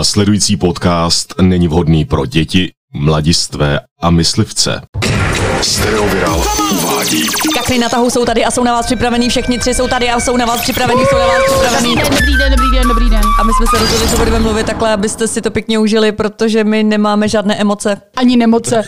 Následující podcast není vhodný pro děti, mladistvé a myslivce. Stereoviral uvádí. Kakry na tahu jsou tady a jsou na vás připravení, všichni tři jsou tady a jsou na vás připravení, jsou na vás připravení. Dobrý den, dobrý den, dobrý den. A my jsme se rozhodli, že budeme mluvit takhle, abyste si to pěkně užili, protože my nemáme žádné emoce. Ani nemoce.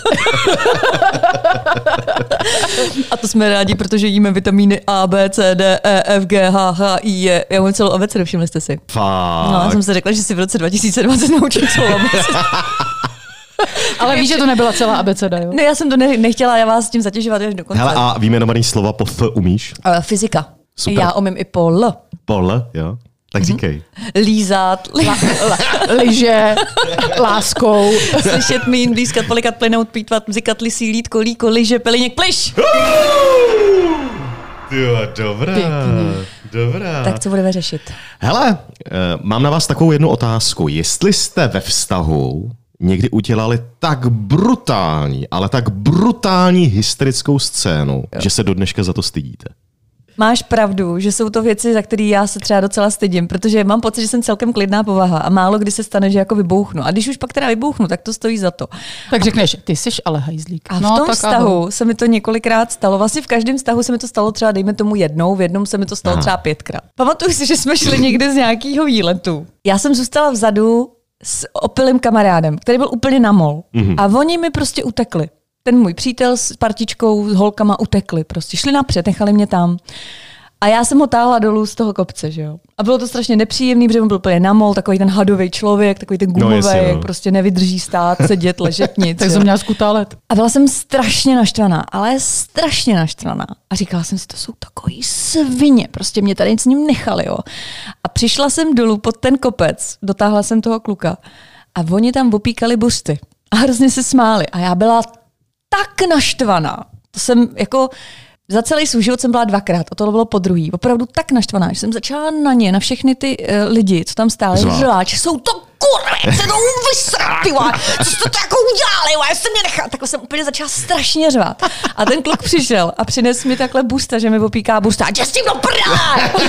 A to jsme rádi, protože jíme vitamíny A, B, C, D, E, F, G, H, H, I, J. Já mám celou abecedu, všimli jste si. No, já Fakt. jsem si řekla, že si v roce 2020 naučím celou abecedu. Ale víš, že to nebyla celá abeceda, jo? Ne, já jsem to ne- nechtěla, já vás tím zatěžovat až do konce. Hele, a vyjmenovaný slova po F umíš? Eh, fyzika. Super. Já umím i po L. Po L, jo? Mhm. Tak říkej. Lízat, li- Liže, láskou. slyšet mín, blízkat, polikat, plynout, plítvat, mzikat, lisí, lítko, líko, liže, peliněk, pliš. Jo, dobrá, Pěkný. dobrá. Tak co budeme řešit? Hele, eh, mám na vás takovou jednu otázku. Jestli jste ve vztahu někdy udělali tak brutální, ale tak brutální hysterickou scénu, jo. že se do dneška za to stydíte. Máš pravdu, že jsou to věci, za které já se třeba docela stydím, protože mám pocit, že jsem celkem klidná povaha a málo kdy se stane, že jako vybouchnu. A když už pak teda vybouchnu, tak to stojí za to. Tak řekneš, ty jsi ale hajzlík. A v no, tom tak vztahu ahoj. se mi to několikrát stalo. Vlastně v každém vztahu se mi to stalo třeba, dejme tomu jednou, v jednom se mi to stalo Aha. Aha. třeba pětkrát. Pamatuju si, že jsme šli někde z nějakého výletu. Já jsem zůstala vzadu s opilým kamarádem, který byl úplně na mol. Mhm. Mm-hmm. A oni mi prostě utekli. Ten můj přítel s partičkou, s holkama utekli. Prostě šli napřed, nechali mě tam. A já jsem ho táhla dolů z toho kopce, že jo. A bylo to strašně nepříjemný, protože on byl úplně namol, takový ten hadový člověk, takový ten gumový, jasně, no, no. jak prostě nevydrží stát, sedět, ležet, nic. Tak jo. jsem měla skutálet. A byla jsem strašně naštvaná, ale strašně naštvaná. A říkala jsem si, to jsou takový svině, prostě mě tady nic s ním nechali, jo. A přišla jsem dolů pod ten kopec, dotáhla jsem toho kluka a oni tam opíkali buřty a hrozně se smáli. A já byla tak naštvaná, to jsem jako... Za celý svůj život jsem byla dvakrát, a to bylo po druhý. Opravdu tak naštvaná, že jsem začala na ně, na všechny ty uh, lidi, co tam stáli, Řvát. řvát, že jsou to kurvy, jak se to vysrat, ty vole, co jste to jako udělali, jo, jste mě nechal, takhle jsem úplně začala strašně řvát. A ten kluk přišel a přines mi takhle busta, že mi popíká busta, a no jdi s tím do prdele!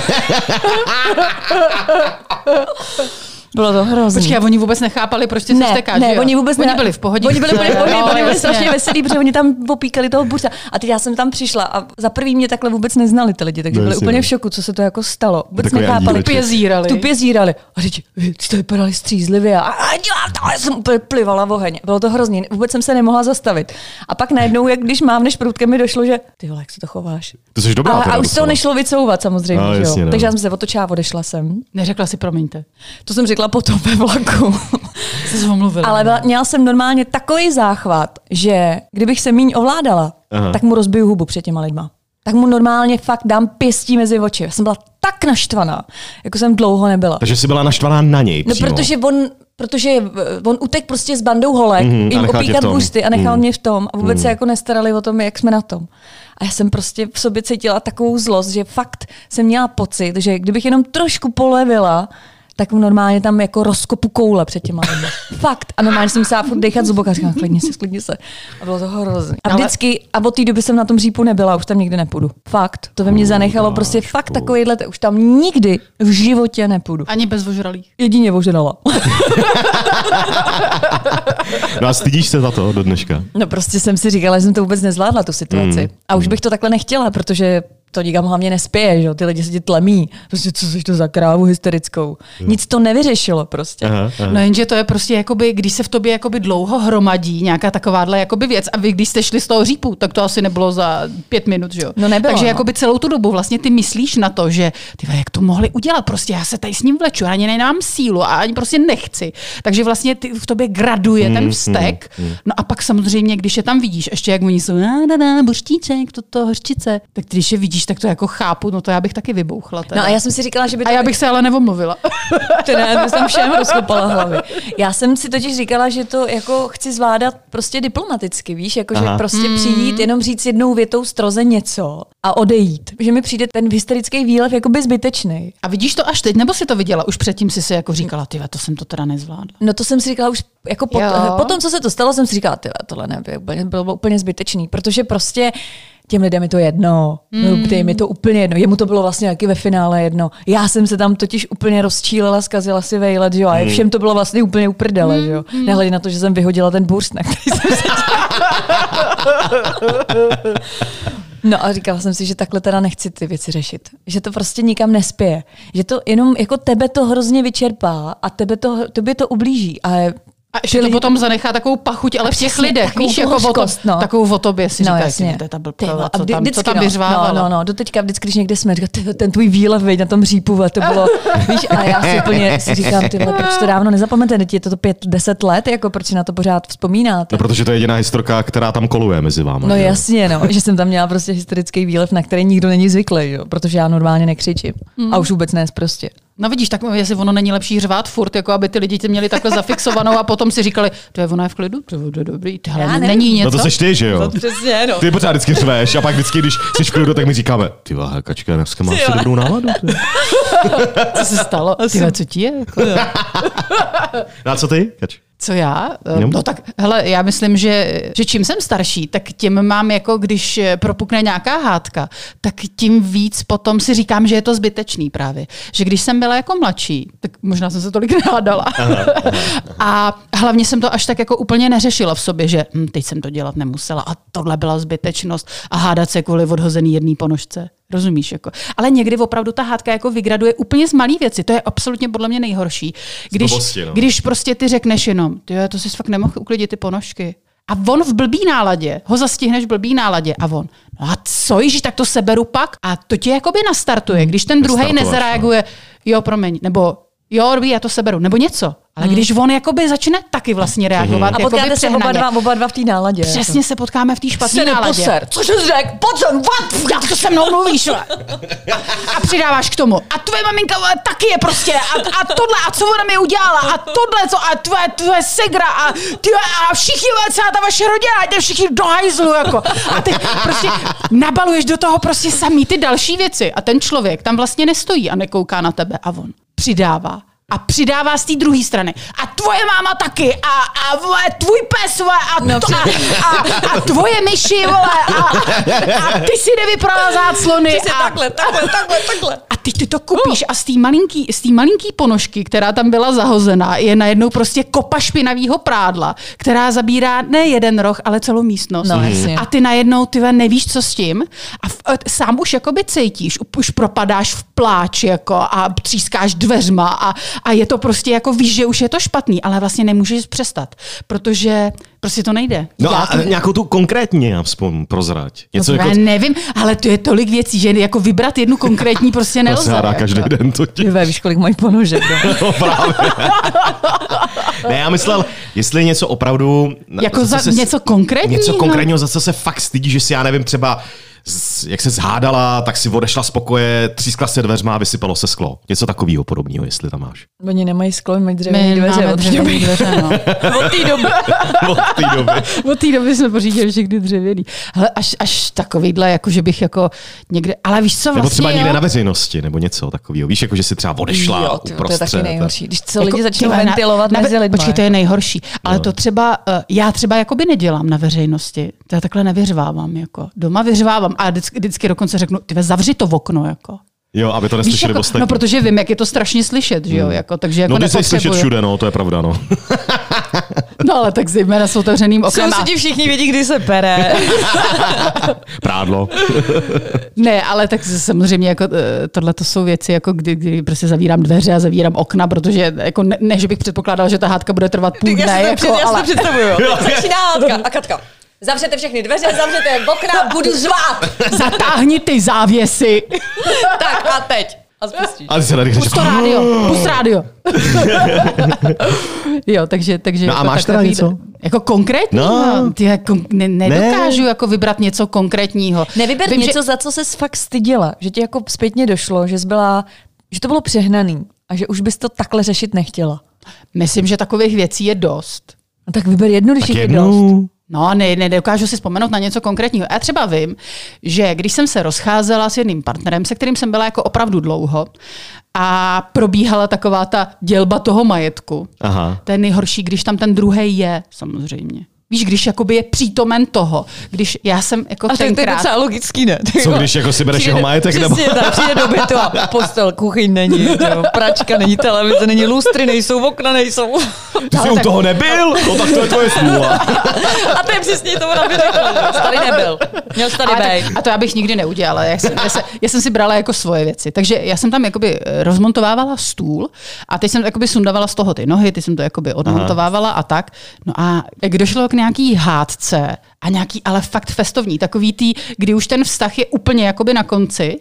Bylo to hrozný. Počkej, a oni vůbec nechápali, proč ty se stekáš, ne, že jo? oni vůbec oni ne- byli v pohodě. Oni byli úplně v pohodě, No, oni byli jasně. strašně veselí, protože oni tam popíkali toho burza. A teď já jsem tam přišla a za prvý mě takhle vůbec neznali ty lidi, takže No, byli jasně, úplně no. v šoku, co se to jako stalo. Vůbec Takový nechápali. andíleček. Tupě zírali. Tupě zírali. A teď, vy jste vypadali střízlivě a, a dělám to, a já jsem úplně plivala v oheň. Bylo to hrozný, vůbec jsem se nemohla zastavit. A pak najednou, jak když mám než prudkem mi došlo, že ty vole, jak se to chováš. To jsi dobrá Ale, teda a už se to docela. nešlo vycouvat samozřejmě, No, že jasně, jo? no. Takže já jsem se otočila a odešla jsem. Neřekla si promiňte. To jsem řekla potom ve vlaku. Jsi se omluvila. Ale byla, měla jsem normálně takový záchvat, že kdybych se míň ovládala, Aha. Aha. tak mu rozbiju hubu před těma lidma. Tak mu normálně fakt dám pěstí mezi oči. Já jsem byla tak naštvaná, jako jsem dlouho nebyla. Takže jsi byla naštvaná na něj No, přímo. protože on, protože eh, on utek prostě s bandou holek, Mhm, a mm, jim nechal tě v opíkat tom. bursty a nechal Mhm. mě v tom a vůbec se jako nestarali o tom, jak jsme na tom. A já jsem prostě v sobě cítila takovou zlost, že fakt jsem měla pocit, že kdybych jenom trošku polevila, tak mu normálně tam jako rozkopu koule před těma lidmi. Fakt. A normálně jsem musela furt dechat z boka, říkám, klidně se, klidně se. A bylo to hrozné. A Ale- vždycky, a od té doby jsem na tom řípu nebyla, už tam nikdy nepůjdu. Fakt. To ve Mm, mně zanechalo prostě fakt takovýhle, už tam nikdy v životě nepůjdu. Ani bez vožralých. Jedině oženala. No a stydíš se za to do dneška? No prostě jsem si říkala, že jsem to vůbec nezvládla, tu situaci. Hmm. Mm. A už bych to takhle nechtěla, protože to nikam hlavně nespěje, že jo? ty lidi se ti tlemí. Prostě co jsi to za krávu hysterickou. Nic to nevyřešilo prostě. Hmm. Aha, aha. No jenže to je prostě jakoby, když se v tobě jakoby dlouho hromadí nějaká takováhle jakoby věc a vy když jste šli z toho řípu, tak to asi nebylo za pět minut, že jo? No nebylo, Takže no. jakoby celou tu dobu vlastně ty myslíš na to, že ty vole, jak to mohli udělat, prostě já se tady s ním vleču, já ani nemám sílu a ani prostě nechci. Takže vlastně ty v tobě graduje ten Hmm, vztek. No a pak samozřejmě, když je tam vidíš, ještě jak oni jsou, na, na, na, buštíček, toto, hořčice, tak když je vidíš, tak to jako chápu, no to já bych taky vybouchla. Teda. No a já jsem si říkala, že by to a já bych se ale nevomluvila. teda, já jsem všem rozkopala hlavy. Já jsem si totiž říkala, že to jako chci zvládat prostě diplomaticky, víš, jako že Aha. prostě Hmm. přijít, jenom říct jednou větou stroze něco a odejít. Že mi přijde ten hysterický výlev jako by zbytečný. A vidíš to až teď, nebo jsi to viděla? Už předtím jsi si jako říkala, ty to jsem to teda nezvládla. No to jsem si říkala už jako po, Jo. po tom, co se to stalo, jsem si říkala, tyhle, tohle nebylo, úplně- bylo úplně zbytečný, protože prostě těm lidem je to jedno, mm. těm je to úplně jedno, jemu to bylo vlastně taky ve finále jedno. Já jsem se tam totiž úplně rozčílela, zkazila si vejlet, že jo, a všem to bylo vlastně úplně uprdele, že jo. Nehledě na to, že jsem vyhodila ten burst, na který jsem se No a říkala jsem si, že takhle teda nechci ty věci řešit. Že to prostě nikam nespěje. Že to jenom, jako tebe to hrozně vyčerpá a tebe to, tobě to ublíží. A A ještě to potom zanechá takovou pachuť, ale v těch přesně, lidech, takovou víš, jako o to, hořkost, no. takovou o tobě si no, říkáš, to je ta Ty blbkava, vole, a co vždy- tam, co vždycky, tam no. vyřvávala. No, no, no, doteďka vždycky, když někde jsme, říkala, ty, ten tvůj výlev, veď na tom řípu, vole, to bylo, víš, a já si úplně si říkám, ty vole, proč to dávno nezapomenete, ti je to pět, deset let, jako proč si na to pořád vzpomínáte? No, protože to je jediná historka, která tam koluje mezi vámi. No jasně, no, že jsem tam měla prostě historický výlev, na který nikdo není zvyklý, jo, protože já normálně nekřičím. A Mhm. už vůbec ne prostě. No vidíš, tak jestli ono není lepší řvát furt, jako aby ty lidi tě měli takhle zafixovanou a potom si říkali, to je ona je v klidu, to je dobrý, Já tohle nevím. není něco. No to seš ty, že jo? Přesně, no. Ty pořád vždycky řveš a pak vždycky, když jsi v klidu, tak mi říkáme, ty váha, kačka, dneska máš Ty to vole. dobrou náladu. Ty. co se stalo? Tyhle, co ti je? Jako, No a co ty, kač? co já? Jo. No. no tak, hele, já myslím, že, že čím jsem starší, tak tím mám jako, když eh, propukne nějaká hádka, tak tím víc potom si říkám, že je to zbytečný právě. Že když jsem byla jako mladší, tak možná jsem se tolik nehádala. A hlavně jsem to až tak jako úplně neřešila v sobě, že hm, teď jsem to dělat nemusela a tohle byla zbytečnost a hádat se kvůli odhozený jedné ponožce. Rozumíš? Jako. Ale někdy opravdu ta hádka jako vygraduje úplně z malý věci. To je absolutně podle mě nejhorší. Když, blbosti, no. když když prostě ty řekneš jenom, ty to jsi fakt nemohl uklidit ty ponožky. A on v blbý náladě, ho zastihneš v blbý náladě a on, no a co již, tak to seberu pak a to tě jakoby nastartuje, když ten druhý Nastartuješ, nezareaguje, jo, promiň, nebo jo, dobrý, já to seberu, nebo něco. Ale když on jakoby začne taky vlastně reagovat, A jakoby potkáte se oba přehnaně. dva, oba dva v té náladě. Přesně se potkáme v té špatné náladě. Co jsi řekl? Pojď sem, vat! Jak to se mnou mluvíš, vole? A přidáváš k tomu. A tvoje maminka vole, taky je prostě. A, a tohle, a co ona mi udělala? A tohle, co? A tvoje, tvoje segra. A, ty, a všichni, vole, celá ta vaše rodina, jde všichni do hajzlu, jako. A ty prostě nabaluješ do toho prostě samý ty další věci. A ten člověk tam vlastně nestojí a nekouká na tebe. A on přidává. A přidává z té druhé strany. A tvoje máma taky. A, a vole, tvůj pes, vole, a, no, to, a, a, a tvoje myši, vole, a, a ty si nevyprovázat slony. Přesně a, takhle, takhle, takhle, takhle. a teď ty to No. kupíš a z té malinký, z té malinký ponožky, která tam byla zahozená, je najednou prostě kopa špinavého prádla, která zabírá ne jeden roh, ale celou místnost. Mhm. No, jasně. a ty najednou ty ve, nevíš, co s tím. A v, a t- sám už jakoby cítíš, up- už propadáš v pláč jako a třískáš dveřma a, a je to prostě jako víš, že už je to špatný, ale vlastně nemůžeš přestat, protože prostě to nejde. No Já a to- nějakou tu konkrétně aspoň prozrať. Něco jako... já nevím, ale to je tolik věcí, že jako vybrat jednu konkrétní prostě To se nelze. hádá každý jako- den to ti. Tyve, víš, kolik mají ponožek. no. No, právě. ne, já myslel, jestli je něco opravdu... na- Jako za co něco konkrétního? Něco konkrétního, za co se fakt stydí, že si, já nevím, třeba z- jak se zhádala, tak si odešla z pokoje, třískla se dveřma a vysypalo se sklo. Něco takového podobného, jestli tam máš. Oni nemají sklo, oni mají dřevěný My dveře. máme od té doby. dřevěný dveře, no. Od té doby. Od té doby. Od té doby jsme pořídili všechny dřevěný. Hele, až, až takovýhle, jako že bych jako někde, ale víš co vlastně, Nebo třeba jo? někde na veřejnosti, nebo něco takového. Víš, jako že si třeba odešla Jo, ty, uprostřed. to je taky nejhorší. Když co Jako, lidi začnou ty vole, na- ventilovat na, mezi lidmi. Počkej, to je nejhorší. Ale to třeba, eh, já třeba jakoby nedělám na veřejnosti. To já takhle nevyřvávám. Jako. Doma vyřvávám a vždycky, vždycky dokonce řeknu, ty vole, zavři to v okno. Jako. Jo, aby to Víš, neslyšeli jako, ostatní. no protože vím, jak je to strašně slyšet, že jo? Jako, takže jako no, ty se slyšet nepotřebuju- všude, no, to je pravda, no. No ale tak zejména s otevřeným oknem. a- Sousedí všichni vědí, kdy se pere. Prádlo. Ne, ale tak samozřejmě jako tohle to jsou věci, jako kdy, kdy prostě zavírám dveře a zavírám okna, protože jako ne, ne, že bych předpokládal, že ta hádka bude trvat půl Já dne, si to, před, já jako, si to ale představuju. Jo. Začíná Katka. A Katka. Zavřete všechny dveře, zavřete okna, budu zvát. zatáhni ty závěsy. Tak a teď. A spustíš. A ty se tady Pust to rádio, pust rádio. jo, takže, takže No a jako máš teda takový- něco? Jako konkrétní? No. No. Ty jako ne, nedokážu jako vybrat něco konkrétního. Nevyber Vím, Vím, něco, že... za co se fakt styděla, že ti jako zpětně došlo, že jsi byla, že to bylo přehnaný a že už bys to takhle řešit nechtěla. Že, myslím, že takových věcí je dost. No tak vyber jednu, když jich je dost. Jednu. No, ne, nedokážu si vzpomenout na něco konkrétního. Já třeba vím, že když jsem se rozcházela s jedným partnerem, se kterým jsem byla jako opravdu dlouho, a probíhala taková ta dělba toho majetku, Aha. to je nejhorší, když tam ten druhý je, samozřejmě. Víš, když jakoby je přítomen toho. Když já jsem jako A tak to je tenkrát... docela logický, ne? Ty Co vole. když jako si bereš jeho majetek, nebo- Přesně, tak přijde do bytu a postel, kuchyň není, jo, pračka není, televize není, lustry nejsou, okna nejsou. Ty jsi u toho nebyl? No tak to je tvoje smůla. A to je přesně to, ona by řekla. Tady nebyl. Měl jsi tady Ale bej. tak, a to já bych nikdy neudělala. Já jsem, já, jsem, já jsem si brala jako svoje věci. Takže já jsem tam jakoby eh, rozmontovávala stůl a teď jsem jakoby sundavala z toho ty nohy, ty jsem to jakoby odmontovávala a tak. No a jak došlo k nějaký hádce a nějaký ale fakt festovní, takový tý, kdy už ten vztah je úplně jakoby na konci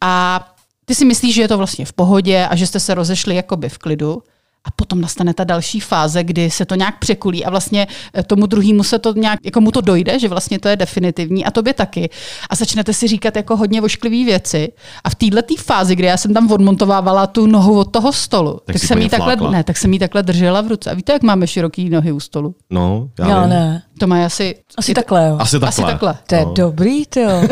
a ty si myslíš, že je to vlastně v pohodě a že jste se rozešli jakoby v klidu. A potom nastane ta další fáze, kdy se to nějak překulí a vlastně eh, tomu druhému se to nějak, jako mu to dojde, že vlastně to je definitivní a tobě taky. A začnete si říkat jako hodně ošklivý věci. A v této fázi, kdy já jsem tam odmontovávala tu nohu od toho stolu, tak, tak, jsi jsem, jí úplně takhle, flákla. ne, tak jsem jí takhle držela v ruce. A víte, jak máme široký nohy u stolu? No, já, Já vím. ne. To má asi... Asi je to- takhle, jo. Asi takhle. No. Asi takhle. To je dobrý, ty jo.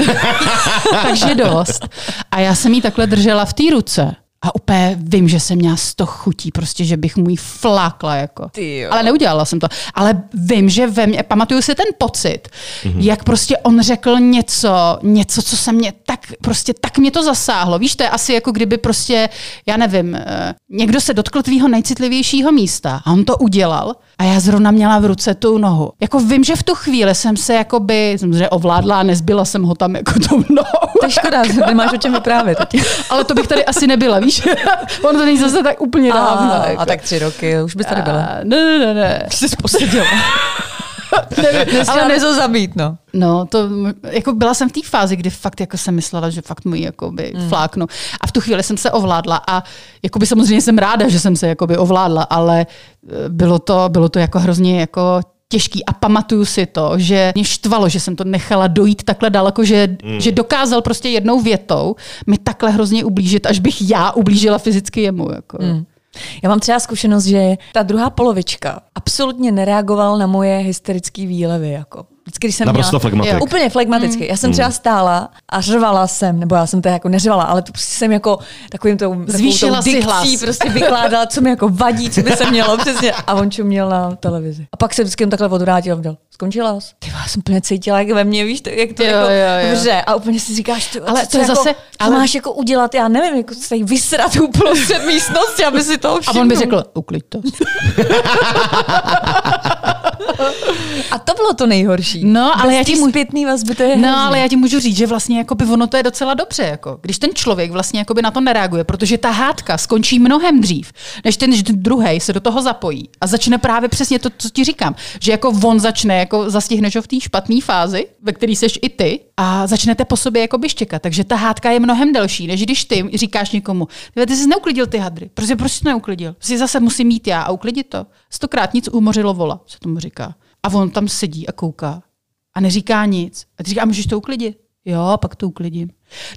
takže dost. A já jsem jí takhle držela v té ruce. A úplně vím, že jsem měla sto chutí, prostě, že bych mu jí flákla. Jako. Ty jo. Ale neudělala jsem to. Ale vím, že ve mně, pamatuju si ten pocit, mm-hmm. jak prostě on řekl něco, něco, co se mě tak, prostě tak mě to zasáhlo. Víš, to je asi jako kdyby prostě, já nevím, eh, někdo se dotkl tvýho nejcitlivějšího místa a on to udělal a já zrovna měla v ruce tu nohu. Jako vím, že v tu chvíli jsem se jakoby, samozřejmě ovládla a nezbyla jsem ho tam jako tou nohou. To je škoda, že nemáš o čem vyprávět. Ale to bych tady asi nebyla, víš? ono to není zase tak úplně dávno. jako. a tak tři roky, už bys tady byla. A, ne, ne, ne, ne. Jsi se posadila. Ale nezo zabít, no. No, to, jako byla jsem v té fázi, kdy fakt jako jsem myslela, že fakt mu ji jakoby mm. fláknu. A v tu chvíli jsem se ovládla a jakoby samozřejmě jsem ráda, že jsem se jakoby ovládla, ale eh, bylo to, bylo to jako hrozně jako těžký a pamatuju si to, že mě štvalo, že jsem to nechala dojít takhle daleko, že, mm. že dokázal prostě jednou větou mi takhle hrozně ublížit, až bych já ublížila fyzicky jemu. Jako. Mm. Já mám třeba zkušenost, že ta druhá polovička absolutně nereagoval na moje hysterické výlevy. Jako. Vždycky, když jsem Naprosto měla, flegmatik. Jo, Úplně flegmaticky. Já jsem třeba stála a řvala jsem, nebo já jsem teda jako neřvala, ale to prostě jsem jako takovým tou, takovou Zvýšila tou si dikcí hlas. prostě vykládala, co mi jako vadí, co by se mělo přesně. A on čuměl na televizi. A pak se vždycky jenom takhle odvrátil a vdal. Skončila jsi? Ty vole, já jsem úplně cítila, jak ve mně, víš, to, jak to Jo, jako jo, jo. vře. A úplně si říkáš, ty, vole, Ale co to je jako, zase- co ale- máš jako udělat, já nevím, jako se tady vysrat úplně před místnosti, aby si to A on by řekl, uklid to. A to bylo to nejhorší. No, ale Bez já ti těch mu- zpětný vazby, to je No, ale já ti můžu říct, že vlastně jakoby ono to je docela dobře, jako, když ten člověk vlastně jakoby na to nereaguje, protože ta hádka skončí mnohem dřív, než ten druhý se do toho zapojí a začne právě přesně to, co ti říkám, že jako on začne, jako zastihneš ho v té špatné fázi, ve které seš i ty a začnete po sobě jakoby štěkat, takže ta hádka je mnohem delší, než když ty říkáš někomu, "Tyhle, ty jsi neuklidil ty hadry, prostě proč jsi neuklidil, si zase musím mít já a uklidit to. Stokrát nic umořilo vola, se tomu říká. A on tam sedí a kouká a neříká nic. A ty říká, a můžeš to uklidit? Jo, pak to uklidím.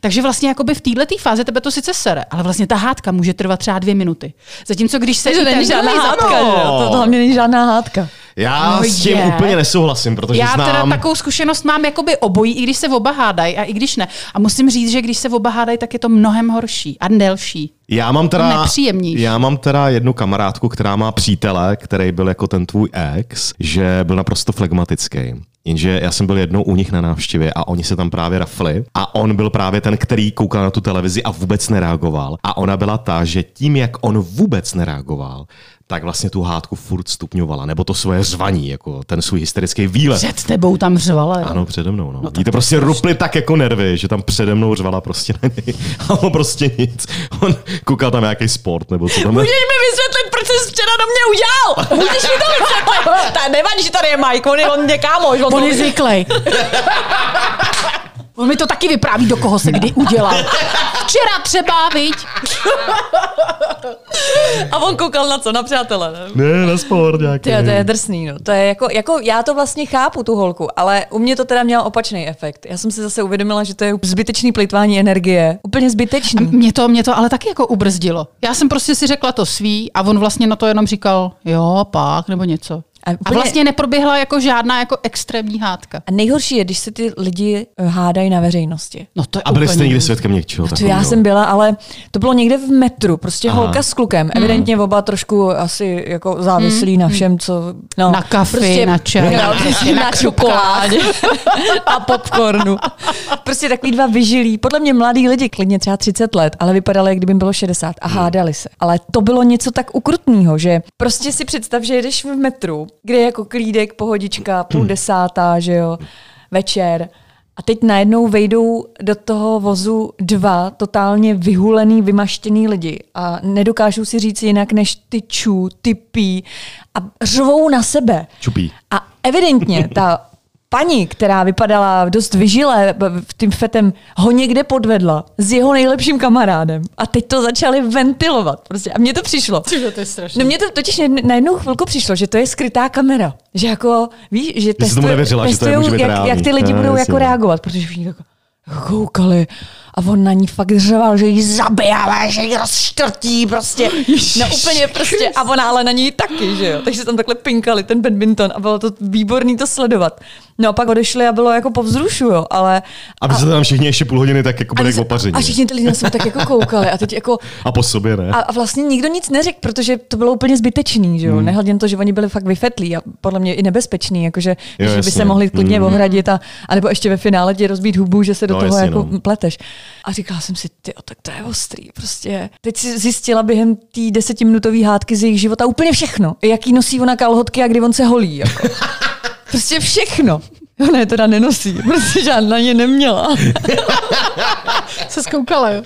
Takže vlastně jakoby v této fázi tebe to sice sere, ale vlastně ta hádka může trvat třeba dvě minuty. Zatímco když se to není žádná hádka, že jo? To hlavně není žádná hádka. Já No s tím je. úplně nesouhlasím, protože já teda znám... takovou zkušenost mám jakoby obojí, i když se oba hádají a i když ne. A musím říct, že když se oba hádají, tak je to mnohem horší a delší. Já mám teda, Nepříjemnější. já mám teda jednu kamarádku, která má přítele, který byl jako ten tvůj ex, že byl naprosto flegmatický. Jenže já jsem byl jednou u nich na návštěvě a oni se tam právě rafli a on byl právě ten, který koukal na tu televizi a vůbec nereagoval. A ona byla ta, že tím, jak on vůbec nereagoval, tak vlastně tu hádku furt stupňovala, nebo to svoje řvaní, jako ten svůj hysterický výlet. Před tebou tam řvala. jo. Ano, přede mnou. No. no Jí to prostě rupli tak jako nervy, že tam přede mnou řvala prostě na něj. A on prostě nic. On koukal tam nějaký sport nebo co No. tam je. Můžeš mi vysvětlit, proč jsi včera do mě udělal? Můžeš mi to vysvětlit? Ta nevadí, že tady je Mike, on je on mě kámoš. On to- je zvyklý. On mi to taky vypráví, do koho se kdy udělal. Včera třeba, viď? A on koukal na co? Na přátele, ne? Ne, na sport nějaký. Tyjo, to Hmm. je drsný, no. To je jako, jako, já to vlastně chápu, tu holku, ale u mě to teda mělo opačný efekt. Já jsem si zase uvědomila, že to je zbytečný plýtvání energie. Úplně zbytečný. Mě to, mě to ale taky jako ubrzdilo. Já jsem prostě si řekla to svý a on vlastně na to jenom říkal, jo, pak, nebo něco. A, A vlastně neproběhla jako žádná jako extrémní hádka. a nejhorší je, když se ty lidi eh, hádají na veřejnosti. No to je A byli úplně jste někdy hrůza. svědkem něčeho To já takového? jsem byla, ale to bylo někde v metru, prostě Aha. Aha. holka s klukem. Evidentně Mhm. oba trošku asi jako závislí na všem, co... No, Na kafi, na čem. Jo, přesně, na čokoládě a popcornu. Prostě takový dva vyžilí, podle mě mladí lidi, klidně třeba 30 let, ale vypadali, jak kdyby jim bylo 60 a hádali se. Ale to bylo něco tak ukrutného, že prostě si představ, že jedeš v metru, kde je jako klídek, pohodička, půl desátá, že jo, večer. A teď najednou vejdou do toho vozu dva totálně vyhulený, vymaštěný lidi a nedokážou si říct jinak než ty čů, ty pí a řvou na sebe. Čupí. A evidentně ta paní, která vypadala dost vyžile b- v tím fetem, ho někde podvedla s jeho nejlepším kamarádem. A teď to začali ventilovat. Prostě. A mně to přišlo. Cože, to je strašný. No mně to totiž na- na jednou chvilku přišlo, že to je skrytá kamera. Že jako, víš, že, Že jsi tomu nevěřila, že to je- testujou, může být jak, reálný. jak, ty lidi No, budou jasně. jako reagovat, protože všichni jako koukali a on na ní fakt řval, že ji zabijáme, že ji rozštrtí prostě. No úplně prostě a ona ale na ní taky, že jo. Takže tam takhle pinkali ten badminton a bylo to výborný to sledovat. No a pak odešli a bylo jako povzrušu, jo, ale... A vy jste tam všichni ještě půl hodiny tak jako byli jak a, opaření. a všichni ty lidi na sebe tak jako koukali a teď jako A po sobě ne. a, a vlastně nikdo nic neřekl, protože to bylo úplně zbytečný, že jo? Hmm. Nehledě na to, že oni byli fakt vyfetlí a podle mě i nebezpečný, jakože Jo, jo, že by jasně. se mohli klidně hmm. ohradit a, a nebo ještě ve finále ti rozbít hubu, že se do No, no, toho jasně, jako no. no. pleteš. A říkala jsem si, ty, tak to je ostrý, prostě. Teď si zjistila během té desetiminutové hádky z jejich života úplně všechno. I Jaký nosí ona kalhotky a kdy on se holí, jako. Prostě všechno. Jo, ne, teda nenosí, prostě žádná je neměla. se zkoukala, jo.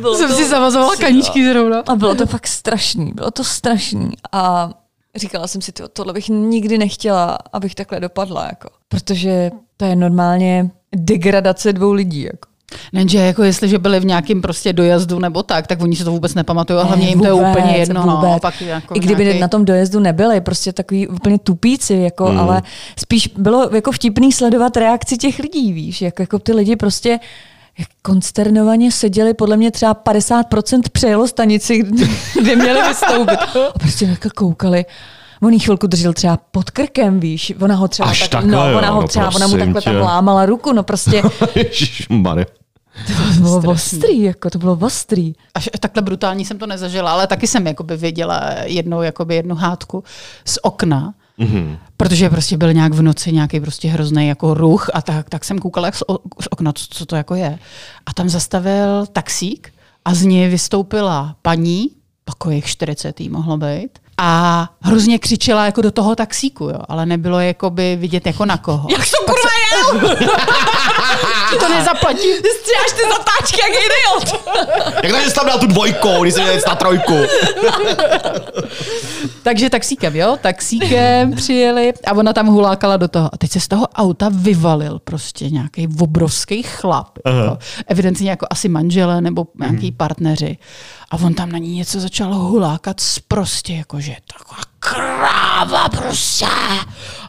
Bylo Jsem to- si zavazovala kaníčky zrovna. A bylo to fakt strašný, bylo to strašný. A říkala jsem si, tyjo, tohle bych nikdy nechtěla, abych takhle dopadla, jako. Protože to je normálně degradace dvou lidí, jako. Nenže jako jestliže byli v nějakém prostě dojazdu nebo tak, tak oni si to vůbec nepamatují a hlavně jim to je vůbec, úplně jedno. No, vůbec. pak jako I kdyby nějaký- na tom dojezdu nebyli, prostě takový úplně tupíci, jako, mm. ale spíš bylo jako vtipný sledovat reakci těch lidí, víš, jak, jako ty lidi prostě jak konsternovaně seděli, podle mě třeba 50% přejelo stanici, kde měli vystoupit. A prostě jako koukali. On jí chvilku držel třeba pod krkem, víš, ona ho třeba Až tak, takhle, no, jo, ona ho no třeba, ona mu prosím takhle tam tě. lámala ruku, no prostě Ježišmarja. to bylo ostrý, jako to bylo ostrý. Až takhle brutální jsem to nezažila, ale taky jsem jakoby viděla jednou jakoby jednu hádku z okna. Mm-hmm. Protože prostě byl nějak v noci nějaký prostě hrozný jako ruch a tak, tak jsem koukala jak z, o, z okna, co, co to jako je. A tam zastavil taxík a z něj vystoupila paní, takových 40 jí mohlo být, a hrozně křičela jako do toho taxíku, jo, ale nebylo jakoby vidět jako na koho. Jak jsem kurva jel? Ti to nezaplatí? Ty stříháš ty zatáčky jak idiot! Jak tady jsi tam dal tu dvojku, když jsi měl jít na trojku? Takže taxíkem, jo? Taxíkem přijeli a ona tam hulákala do toho. A teď se z toho auta vyvalil prostě nějaký obrovský chlap. Jako, evidentně jako asi manžele nebo nějaký partneři. A on tam na ní něco začal hulákat prostě jako, že taková kráva prostě.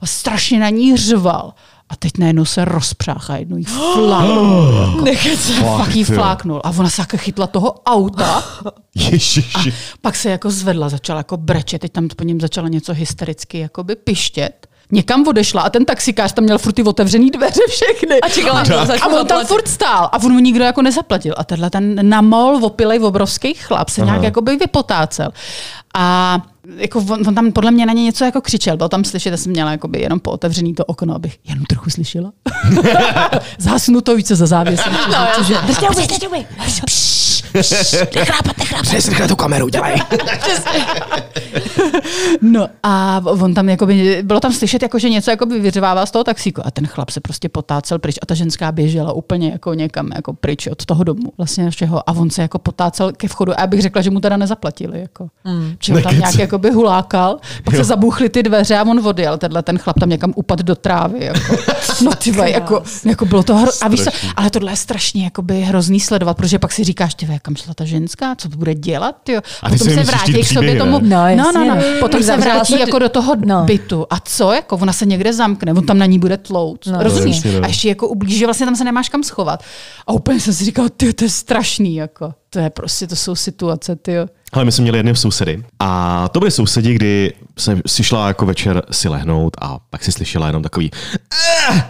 A strašně na ní řval. A teď najednou se rozpřáchá jednou jí fláknul. Fakt jí Fakt, jo. fláknul. A ona se jako chytla toho auta Ježiši. pak se jako zvedla, začala jako brečet, teď tam po něm začala něco hystericky jakoby pištět. Někam odešla a ten taxikář tam měl furt ty otevřený dveře všechny. A čekala, a, až to a on začne tam zaplatit. furt stál a on mu nikdo jako nezaplatil. A tenhle ten namol opilej obrovský chlap se nějak jakoby vypotácel. A jako on, on, tam podle mě na ně něco jako křičel, byl tam slyšet, já jsem měla jakoby jenom pootevřený to okno, abych jenom trochu slyšela. Zhasnu to více za závěsem. No, cože, Držďouby, držďouby! Nechrápat, nechrápat! Přes rychle tu kameru, dělej. No a on tam jakoby, bylo tam slyšet, jako, že něco jakoby vyřvává z toho taxíku a ten chlap se prostě potácel pryč a ta ženská běžela úplně jako někam jako pryč od toho domu vlastně všeho a on se jako potácel ke vchodu a já bych řekla, že mu teda nezaplatili. Jako. Mm. Že on tam Nekec. nějak jakoby hulákal, pak se zabuchly ty dveře a on odjel. Tenhle ten chlap tam někam upadl do trávy. Jako. No ty vole, jako, jako bylo to hro... a víš, co, Strašný. ale tohle je strašně jakoby hrozný sledovat, protože pak si říkáš, ty vole, kam šla ta ženská, co to bude dělat, tyjo? A ty si vymyslíš ty příběhy, ne? No, No, no, jasně, no, no. Potom potom tak se zavřela vrátí se- jako do toho No. no. bytu. A co? Jako ona se někde zamkne, on tam na ní bude tlout. No, No, Rozumíš? jasně, no. A ještě jako ublíží, že vlastně tam se nemáš kam schovat. A úplně jsem si říkal, ty to je strašný. Jako. To je prostě, to jsou situace, ty. Ale my jsme měli jedny sousedy. A to byli sousedi, kdy jsem si šla jako večer si lehnout a pak si slyšela jenom takový... "Eh, eh,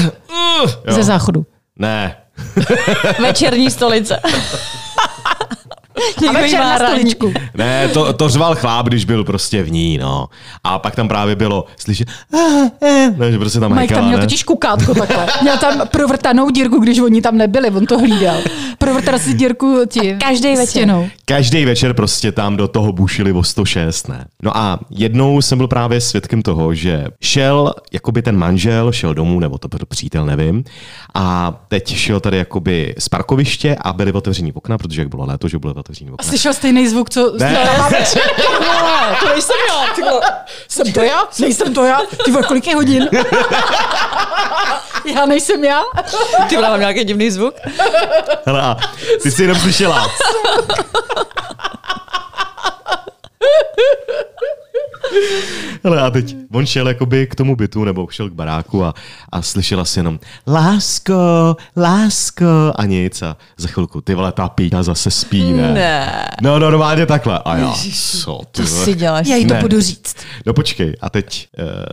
eh." Jo. Ze záchodu. Ne, Večerní stolice. Někdo A večer jí má na ranní. stoličku. Ne, to, to řval chláp, když byl prostě v ní, no. A pak tam právě bylo slyšet, no, že prostě tam Mike tam hekala, měl ne? totiž kukátko takhle. Měl tam provrtanou dírku, když oni tam nebyli, on to hlídal. Provrtal si dírku ti. každý večer. stěnou. Každý večer prostě tam do toho bušili o 106, ne? No a jednou jsem byl právě svědkem toho, že šel, jakoby ten manžel, šel domů, nebo to byl přítel, nevím, a teď šel tady jakoby z parkoviště a byly otevřený okna, protože jak bylo léto, že bylo otevřený okna. Slyšel stejný zvuk, co... Ne. Vole, to nejsem já, ty vole. Jsem to já? Nejsem to já? Ty vole, kolik je hodin? Já nejsem já? Ty vole, mám nějaký divný zvuk. Hele, a ty jsi jenom slyšela. Hele, a teď on šel jakoby k tomu bytu, nebo šel k baráku a, a slyšela si jenom lásko, lásko a nic a za chvilku, ty vole, ta píta zase spí, ne? Ne. No, no, normálně takhle. A já, co ty To vole? si děláš. Já jí to Ne. budu říct. No počkej, a teď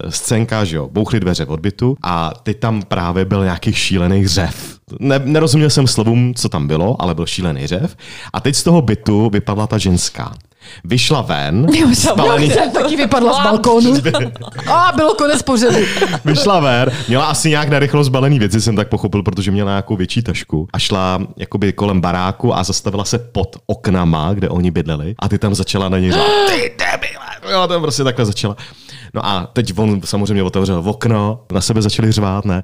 uh, scénka, že jo, bouchly dveře v odbytu a teď tam právě byl nějaký šílený řev. Ne, nerozuměl jsem slovům, co tam bylo, ale byl šílený řev. A teď z toho bytu vypadla ta ženská. Vyšla ven, spalený, Jsem taky vypadla z balkónu. A bylo konec pořadu. vyšla ven, měla asi nějak narychlo zbalený věci, jsem tak pochopil, protože měla nějakou větší tašku a šla jakoby kolem baráku a zastavila se pod oknama, kde oni bydleli a ty tam začala na něj řvát, ty debile, jo, tam prostě takhle začala. No a teď on samozřejmě otevřel okno, na sebe začali řvát, ne?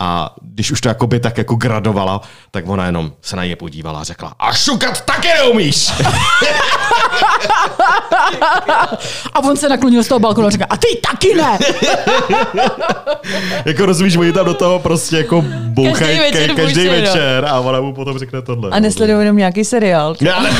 A když už to jakoby tak jako gradovala, tak ona jenom se na ně podívala a řekla, a šukat taky neumíš! A on se naklonil z toho balkónu a říká, a ty taky ne! jako rozumíš, oni tam do toho prostě jako bouchají ke- večer každý bušej, no. večer a ona mu potom řekne tohle. A nesleduju jenom nějaký seriál. No, Já ne-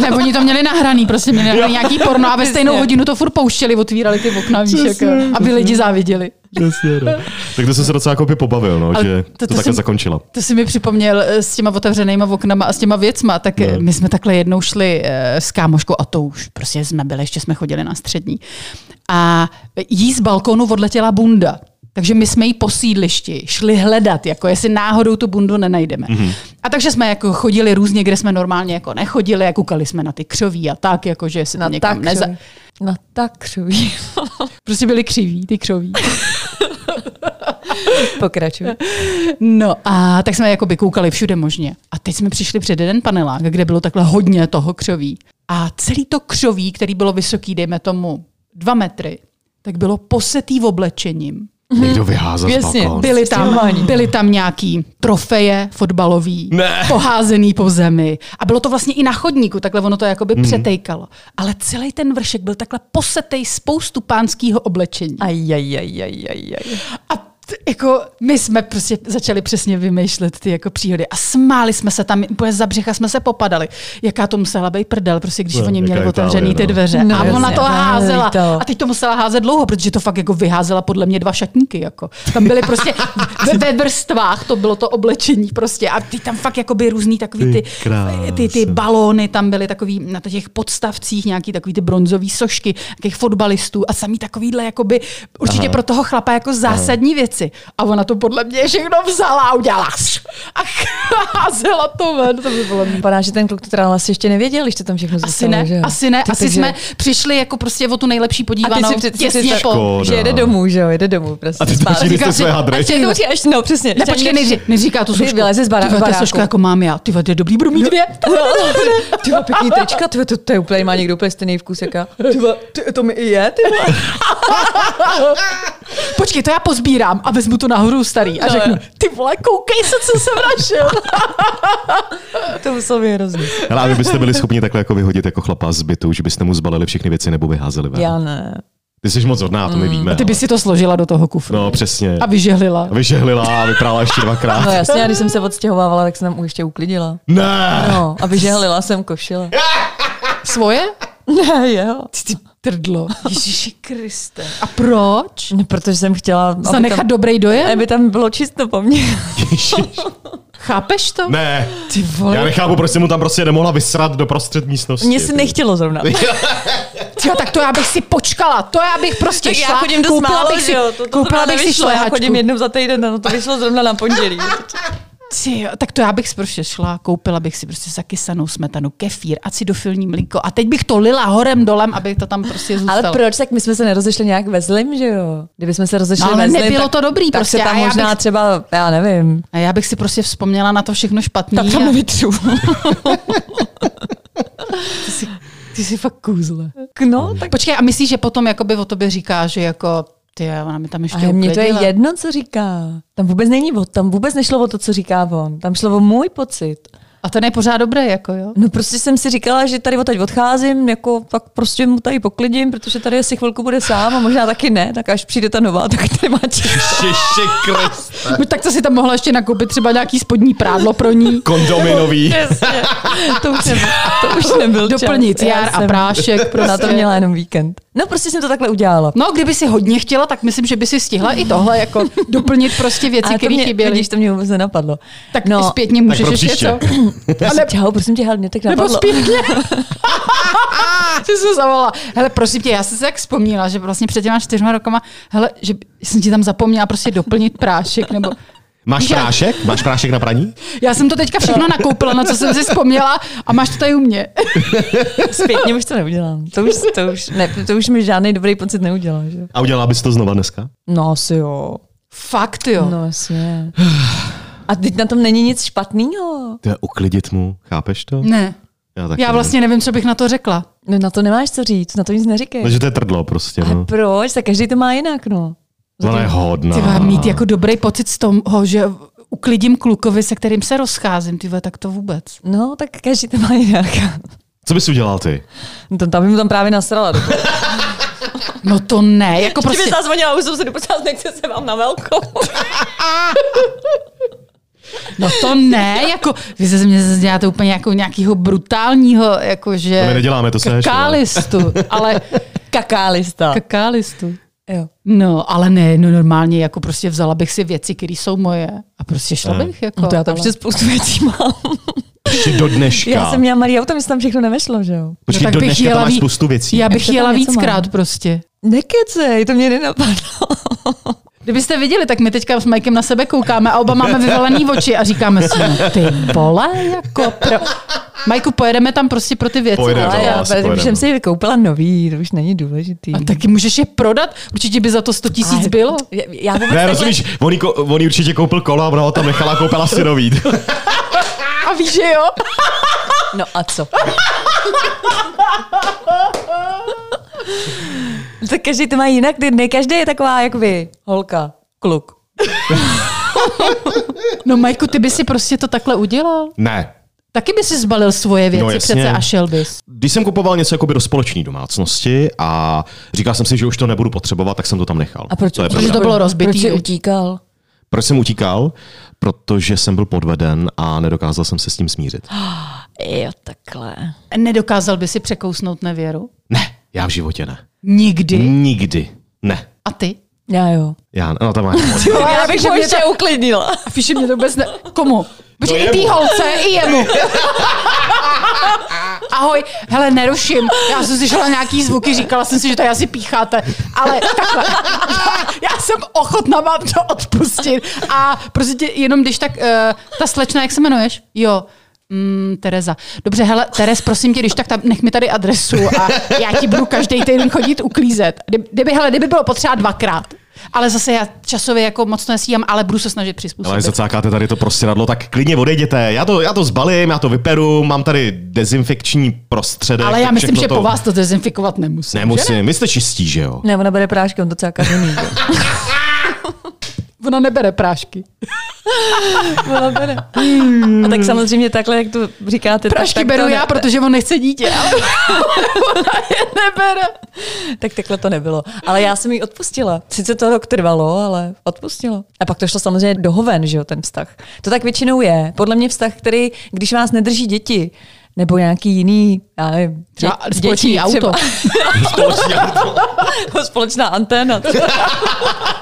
Ne, oni to měli nahraný, prostě měli nahraný nějaký porno a ve stejnou hodinu to furt pouštěli, otvírali ty okna, víš, jak, aby lidi záviděli. Přesně, no. Tak to jsem se docela kopě pobavil, no, Ale že to, to- to to takhle jsem- zakončilo. To si mi připomněl eh, s těma otevřenýma oknama a s těma věcma. Tak ne. No. my jsme takhle jednou šli eh, s kámoškou a to už prostě jsme byli, ještě jsme chodili na střední. A jí z balkónu odletěla bunda. Takže my jsme jí po sídlišti šli hledat, jako jestli náhodou tu bundu nenajdeme. Mhm. Mm-hmm. A takže jsme jako chodili různě, kde jsme normálně jako nechodili, a koukali jsme na ty křoví a tak, jako že se Na to tak někam neza... křoví. Na tak křoví. Prostě byly křiví, ty křoví. Pokračuj. No a tak jsme jakoby koukali všude možně. A teď jsme přišli před jeden panelák, kde bylo takhle hodně toho křoví. A celý to křoví, který bylo vysoký, dejme tomu dva metry, tak bylo posetý v oblečením. Někdo vyházal z Jasně, balkónu. Byly tam, Stěhování. byly tam nějaký trofeje fotbalový, Ne. poházený po zemi. A bylo to vlastně i na chodníku, takhle ono to jakoby mm. přetejkalo. Ale celý ten vršek byl takhle posetej spoustu pánského oblečení. Aj, aj, aj, aj, aj, aj. A t- jako my jsme prostě začali přesně vymýšlet ty jako příhody a smáli jsme se tam, úplně za břecha jsme se popadali. Jaká to musela být prdel, prostě když No, no, oni jaká Itálie, měli otevřený ty no. dveře. No, No, a ona jasně. to házela. Lítalo. A teď to musela házet dlouho, protože to fakt jako vyházela podle mě dva šatníky. Jako. Tam byly prostě ve, ve vrstvách, to bylo to oblečení prostě. A ty tam fakt jako by různý takový Ty ty, krása. ty, ty, ty balóny tam byly takový na těch podstavcích, nějaký takový ty bronzové sošky, těch fotbalistů a samý takovýhle jakoby určitě Aha. pro toho chlapa jako zásadní Aha. věci. A ona to podle mě všechno vzala a udělala a házela to ven. To by bylo Vypadá, že ten kluk to teda asi ještě nevěděl, když to tam všechno asi zůstalo, ne, že jo? asi ne, Ty, asi takže- jsme přišli jako prostě o tu nejlepší A ty podívanou. si před, si těsně představ, po. Škoda. že jede domů, že jo, jede domů prostě. A ty spát. točili jste Říkám si- své hadry. Až Ty to počkej, až, no přesně. Ne, počkej, než, než říká tu Ty sošku. vyleze z bará- Ty vole, to je baráku. soška jako mám já. Ty vole, to je dobrý, budu mít dvě. Ty vole, pěkný trička, ty vole, to, to je úplně, má někdo úplně stejný vkus, jaká. Ty vole, ty- to mi i je, ty vole. Počkej, to já pozbírám a vezmu to nahoru starý a No. řeknu, ty vole, koukej se, co jsem našel. To muselo být hrozný. Hele, a vy byste byli schopni takhle jako vyhodit jako chlapa z bytu, že byste mu zbalili všechny věci nebo vyházeli ven. Já ne. Ty jsi moc hodná, to my víme. Ty ale- by si to složila do toho kufru. No, přesně. A vyžehlila. A Vyžehlila a vyprála ještě dvakrát. No jasně, já když jsem se odstěhovávala, tak No, jsem tam ještě uklidila. Ne! No, a vyžehlila jsem košile. Svoje? Ne, jo. Ty trdlo. Ježíši Kriste. A proč? No, protože jsem chtěla, aby Zanechat tam, dobrý dojem? aby tam bylo čisto po mně. Chápeš to? ne, Ty vole. já nechápu, proč jsi mu tam prostě nemohla vysrat do prostřed místnosti. Mně se nechtělo zrovna. Tyjo, tak to já bych si počkala, to já bych prostě Tak šla, já chodím dost koupila málo, bych si, že jo? To, to koupila zrovna bych si nevyšlo, já šlehačku. chodím jednou za týden, no to vyšlo zrovna na pondělí. Tyjo, tak to já bych prostě šla, koupila bych si prostě zakysanou smetanu, kefír, acidofilní mlíko a teď bych to lila horem dolem, aby to tam prostě zůstalo. Ale proč? Tak my jsme se nerozešli nějak ve zlým, že jo? Kdyby jsme se rozešli No, ale ve zlým, nebylo tak, to dobrý tak prostě, se tam a já možná bych- třeba, já nevím. A já bych si prostě vzpomněla na to všechno špatný. Tak a- tam nevytřu. ty, jsi, ty jsi fakt kůzle. No, tak Počkej, a myslíš, že potom jakoby o tobě říká, že jako ty, ona mi tam ještě Ale mně to je uklidila. jedno, co říká. Tam vůbec není o, tam vůbec nešlo o to, co říká on. Tam šlo o můj pocit. A to je pořád dobré, jako jo. No prostě jsem si říkala, že tady odtaď odcházím, jako tak prostě mu tady poklidím, protože tady asi chvilku bude sám a možná taky ne, tak až přijde ta nová, tak tady má čas. Ježiši Krist. No, tak to si tam mohla ještě nakoupit třeba nějaký spodní prádlo pro ní. Kondomy nový. Přesně. to už, nebyl, to už nebyl čas. Doplnit Já jar a jsem prášek. Prostě. Na to měla jenom víkend. No prostě jsem to takhle udělala. No, kdyby si hodně chtěla, tak myslím, že by si stihla i tohle, jako doplnit prostě věci, Ale to které mě, chyběly. vidíš, to mě vůbec nenapadlo. tak no, no, zpětně Tak můžeš pro ještě příště. co? Ale... Čau, prosím tě, hele, mě tak Nebo napadlo. zpětně. Ty jsi zavolala. Hele, prosím tě, já jsem se tak vzpomněla, že vlastně před těma čtyřma rokama, hele, že jsem ti tam zapomněla prostě doplnit prášek, nebo Máš Víš, já- prášek? Máš prášek na praní? já jsem to teďka všechno nakoupila, na co jsem si vzpomněla a máš to tady u mě. Zpětně už to neudělám. To už, to už, ne, to už mi žádný dobrý pocit neudělá. Že? A udělala bys to znova dneska? No asi jo. Fakt jo. No. No jasně. A teď na tom není nic špatného. To je uklidit mu, chápeš to? Ne. Já, taky Mm. Já ne. vlastně nevím, co bych na to řekla. No na to nemáš co říct, na to nic neříkej. No, že to je trdlo prostě, Ale no. proč? Tak každý to má jinak, no. Ona je hodná. Ty vole, mít jako dobrý pocit z toho, že uklidím klukovi, se kterým se rozcházím, ty vole, tak to vůbec. No, tak každý to má jinak. Co bys udělal ty? No, tam, tam by mu tam právě nasrala. Prostě... No to ne, jako Prostě... mi prostě... zazvonila, už jsem se dopočala, nechce se vám na velkou. No to ne, jako vy se ze mě zase děláte úplně jako nějakého brutálního, jakože... To my neděláme, to se nešlo. Kakálistu, ale Kakálista. Kak... kakálistu. Jo. No, ale ne, no normálně, jako prostě vzala bych si věci, které jsou moje a prostě šla bych, jako. No to já tam ale- ještě spoustu věcí mám. Ještě do dneška. Já jsem měla Maria, tam se tam všechno nevešlo, že jo? Počkej, do dneška tam máš ví- spoustu věcí. Já bych Ještě tam jela něco víckrát mám. prostě. Nekecej, to mě nenapadlo. Kdybyste viděli, tak my teďka s Mikem na sebe koukáme a oba máme vyvalený oči a říkáme si, no, ty vole, jako pro... Majku, pojedeme tam prostě pro ty věci. Pojedeme. ale- Ale jo, já, asi protože pojedeme. jsem si koupila nový, to už není důležitý. A taky No, můžeš je prodat, určitě by za to 100 tisíc Ale- bylo. Já, já vůbec Ne, takhle- rozumíš, on jí, ko- on jí určitě koupil kola a ona ho tam nechala koupila si nový. A víš, že jo? No a co? tak každý to má jinak, ty- ne každý je taková jak vy, holka, kluk. No Majku, ty by si prostě to takhle udělal. ne. Taky by si zbalil svoje věci No, jasně. přece a šel bys. Když jsem kupoval něco jakoby do společné domácnosti a říkal jsem si, že už to nebudu potřebovat, tak jsem to tam nechal. A proč, to je proč, pravda. to bylo rozbitý, Proč jsi viď? utíkal? proč jsem utíkal? Protože jsem byl podveden a nedokázal jsem se s tím smířit. Jo, takhle. Nedokázal by si překousnout nevěru? Ne, já v životě ne. Mm. Nikdy. Nikdy. Ne. A ty? Já jo. Já, no tam máš. Já bych ho ještě uklidnila. A Fíši mě to vůbec ne... Komu? No Protože i tý holce, i jemu. Ahoj, hele, neruším. Já jsem slyšela nějaký zvuky, říkala jsem si, že tady asi pícháte. Ale takhle, já, já jsem ochotná vám to odpustit. A prostě jenom když tak, uh, ta slečna, jak se jmenuješ? Jo, Mm, Tereza. Dobře, hele, Teres, prosím tě, když tak tam, nech mi tady adresu a já ti budu každý týden chodit uklízet. Kdyby- Kdyby, hele, kdyby bylo potřeba dvakrát. Ale zase já časově jako moc to nestíhám, ale budu se snažit přizpůsobit. Ale až zacákáte tady to prostředadlo, tak klidně odejděte. Já to, já to zbalím, já to vyperu, mám tady dezinfekční prostředek. Ale já tak myslím, všechno že to... po vás to dezinfikovat nemusím. Nemusím, vy jste čistí, že jo? Ne, ona bere prášky, on to celá každý Ona nebere prášky. Ona bere. A tak samozřejmě takhle, jak to říkáte. tak- Prášky tak, to beru ne- já, protože on nechce dítě. Ale ona je nebere. Tak takhle to nebylo. Ale já jsem ji odpustila. Sice to rok trvalo, ale odpustila. A pak to šlo samozřejmě do hoven, že jo, ten vztah. To tak většinou je. Podle mě vztah, který, když vás nedrží děti, nebo nějaký jiný, já nevím, Třeba společný auto. Společně No. auto. Třeba, společná anténa.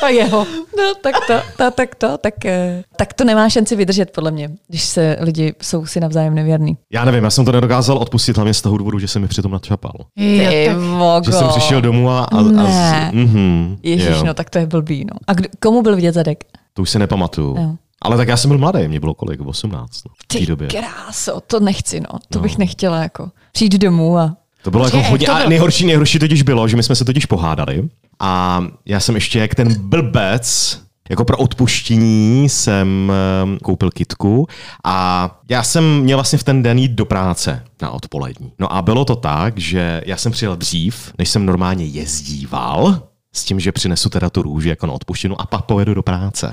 To jeho. No, tak to, to, tak to, tak, eh, tak to nemá šanci vydržet, podle mě, když se lidi jsou si navzájem nevěrný. Já nevím, já jsem to nedokázal odpustit hlavně z toho důvodu, že jsem mi přitom nadšapal. Ty vogo. Že jsem přišel domů a... a, a Ne. z, mhm, Ježíš, jo. no tak to je blbý, no. A kdo, komu byl vidět zadek? To už se nepamatuju. Jo. Ale tak já jsem byl mladý, mě bylo kolik? 18. No, v té Ty době. kráso, to nechci, no. To bych nechtěla, jako. Přijít domů a... To bylo jako Počkej, hodně, to a bylo- nejhorší, nejhorší totiž bylo, že my jsme se totiž pohádali a já jsem ještě jak ten blbec, jako pro odpuštění jsem ehm, koupil kitku a já jsem měl vlastně v ten den jít do práce na odpolední. No a bylo to tak, že já jsem přijel dřív, než jsem normálně jezdíval, s tím, že přinesu teda tu růži jako na odpuštinu a pak pojedu do práce.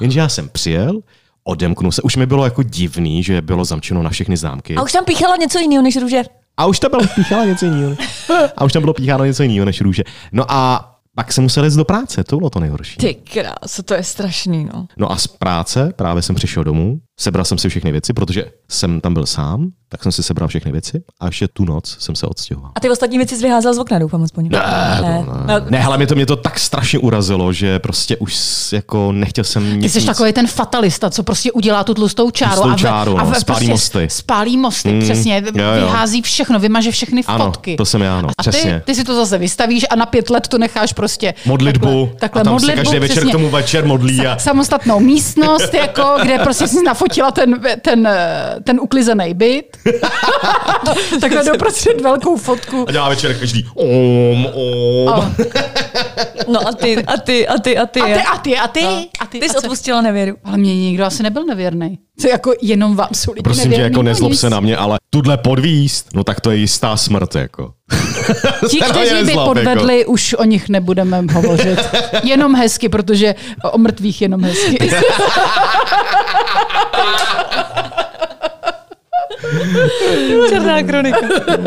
Jenže já jsem přijel, odemknu se. Už mi bylo jako divný, že bylo zamčeno na všechny známky. A už tam píchala něco jiného než růže. A už tam bylo pícháno něco jiného. A už tam bylo pícháno něco jiného než růže. No a pak jsem musel jít do práce, to bylo to nejhorší. Ty kráso, to je strašný, no. No a z práce právě jsem přišel domů, sebral jsem si všechny věci, protože jsem tam byl sám, tak jsem si sebral všechny věci a ještě tu noc jsem se odstěhoval. A ty ostatní věci jsi vyházel z okna, doufám aspoň. No, Ne, ne, ne. ne, hele, mě to, mě to tak strašně urazilo, že prostě už s- jako nechtěl jsem Ty nic jsi víc. takový ten fatalista, co prostě udělá tu tlustou čáru. Tlustou a ve- čáru, a no, ve- spálí prostě mosty. Spálí mosty, Mm, přesně. jo, jo. Vyhází všechno, vymaže všechny Ano, fotky. to jsem já, no, a ty, přesně. ty si to zase vystavíš a na pět let to necháš prostě. Modlitbu Takhle, takhle a tam modlitbu, se každý večer přesně. k tomu večer modlí a Sa- samostatnou místnost, jako, kde prostě jsi nafotila ten, ten, eh, ten uklizený byt. Takhle doprostřed velkou fotku. a dělá večer každý om, om. A- No a ty, a ty, a ty, a ty. A ty, a ty, a ty, a No. ty. Ty a jsi co- odpustila nevěru. Ale mě nikdo asi nebyl nevěrný. Co jako jenom vám jsou lidi Prosím tě, nevěrný, jako no nezlob nic. se na mě, ale tuhle podvíst, no tak to je jistá smrt, jako. Ti, Se na mě kteří by nezlob, jako. podvedli, už o nich nebudeme hovořit. Jenom hezky, protože o mrtvých jenom hezky. Černá kronika.